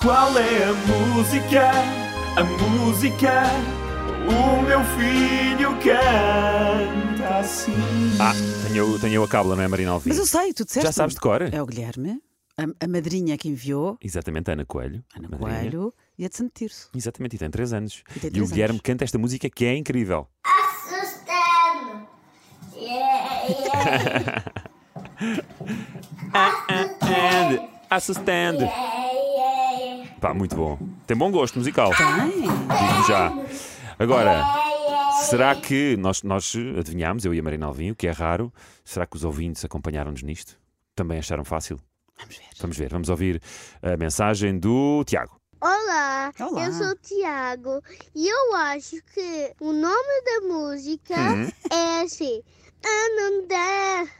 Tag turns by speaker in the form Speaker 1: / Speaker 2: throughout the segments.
Speaker 1: Qual é a música? A música? O meu filho canta assim.
Speaker 2: Ah, tenho, eu- tenho eu a cábula, não é, Marina Alvim?
Speaker 3: Mas eu sei, tu disseste.
Speaker 2: Já sabes de cor?
Speaker 3: É o Guilherme, a, a madrinha que enviou,
Speaker 2: Exatamente, Ana Coelho.
Speaker 3: Ana
Speaker 2: madrinha.
Speaker 3: Coelho, e a de Santo Tirso.
Speaker 2: Exatamente, e tem 3 anos.
Speaker 3: E tem
Speaker 2: e o
Speaker 3: três
Speaker 2: Guilherme
Speaker 3: anos.
Speaker 2: canta esta música que é incrível.
Speaker 4: Assustando. Yeah, yeah,
Speaker 2: And assustando.
Speaker 4: yeah, yeah.
Speaker 2: Pá, muito bom. Tem bom gosto musical.
Speaker 3: Ai,
Speaker 2: Digo já. Agora, será que nós, nós adivinhámos, eu e a Marina Alvim, o que é raro, será que os ouvintes acompanharam-nos nisto? Também acharam fácil?
Speaker 3: vamos ver.
Speaker 2: Vamos ver, vamos ouvir a mensagem do Tiago.
Speaker 5: Olá,
Speaker 3: Olá.
Speaker 5: eu sou o Tiago e eu acho que o nome da música é assim. Ananda.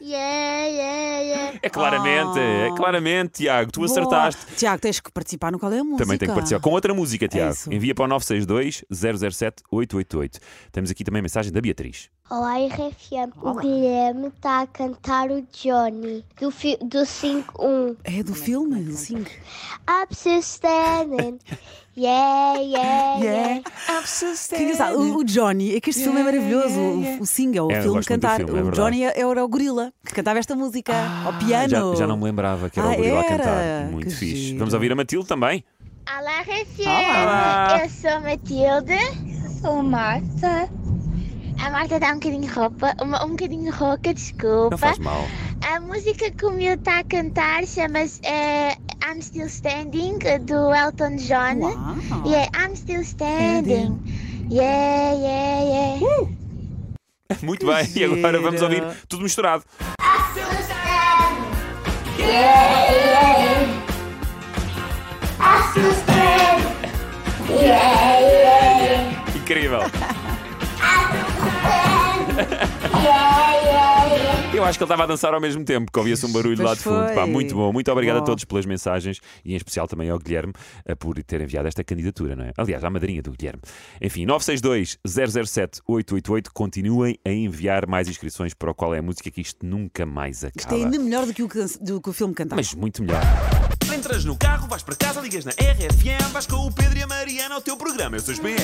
Speaker 5: yeah, yeah, yeah.
Speaker 2: É claramente, é
Speaker 3: Oh.
Speaker 2: claramente, Tiago, tu acertaste.
Speaker 3: Boa. Tiago, tens que participar no Qual é a Música. É
Speaker 2: Também tem que participar com outra música, Tiago.
Speaker 3: isso.
Speaker 2: Envia para o 962 007 888. Temos aqui também a mensagem da Beatriz.
Speaker 5: Olá, RFM. O Guilherme está a cantar o Johnny do, fi- do 5-1.
Speaker 3: É do filme, sim.
Speaker 5: Up to standing. Yeah, yeah, yeah.
Speaker 3: É? Que engraçado. O, o Johnny, é que este filme é maravilhoso. o- O, Singa, o
Speaker 2: É, eu
Speaker 3: filme
Speaker 2: gosto muito do
Speaker 3: cantar.
Speaker 2: filme, é
Speaker 3: o
Speaker 2: verdade.
Speaker 3: Johnny era o gorila que cantava esta música ao
Speaker 2: Ah,
Speaker 3: piano.
Speaker 2: Já, já não me lembrava que era
Speaker 3: Ah,
Speaker 2: o Gorila a
Speaker 3: era?
Speaker 2: cantar. Muito
Speaker 3: Que
Speaker 2: fixe.
Speaker 3: giro.
Speaker 2: Vamos ouvir a Matilde também.
Speaker 5: Olá, RFM.
Speaker 3: Olá.
Speaker 5: Eu sou a Matilde. Sou a Marta. A Marta está um bocadinho roupa, um, um bocadinho rouca, desculpa.
Speaker 2: Não
Speaker 3: Então
Speaker 2: faz mal.
Speaker 5: A música que o meu está a cantar chama-se eh, I'm Still Standing, do Elton John.
Speaker 3: Uau.
Speaker 5: Yeah, I'm Still Standing. Yeah, yeah, yeah.
Speaker 2: Muito bem.
Speaker 3: giro.
Speaker 2: E agora vamos ouvir tudo misturado.
Speaker 4: Assustando.
Speaker 2: Incrível. Eu acho que ele estava a dançar ao mesmo tempo, que ouvia-se um barulho lá de
Speaker 3: Pois
Speaker 2: fundo. Pá,
Speaker 3: foi.
Speaker 2: muito bom. Muito obrigado a
Speaker 3: Bom.
Speaker 2: todos pelas mensagens e em especial também ao Guilherme eh, por ter enviado esta candidatura, não é? Aliás, à madrinha do Guilherme. Enfim, 962-007-888. Continuem a enviar mais inscrições para o qual é a música, que isto nunca mais acaba. Tá,
Speaker 3: Isto é ainda melhor do que o, can- do que o filme cantar.
Speaker 2: Mas muito melhor.
Speaker 6: Entras no carro, vais para casa, ligas na RFM, vais com o Pedro e a Mariana ao teu programa. Eu sou os PM.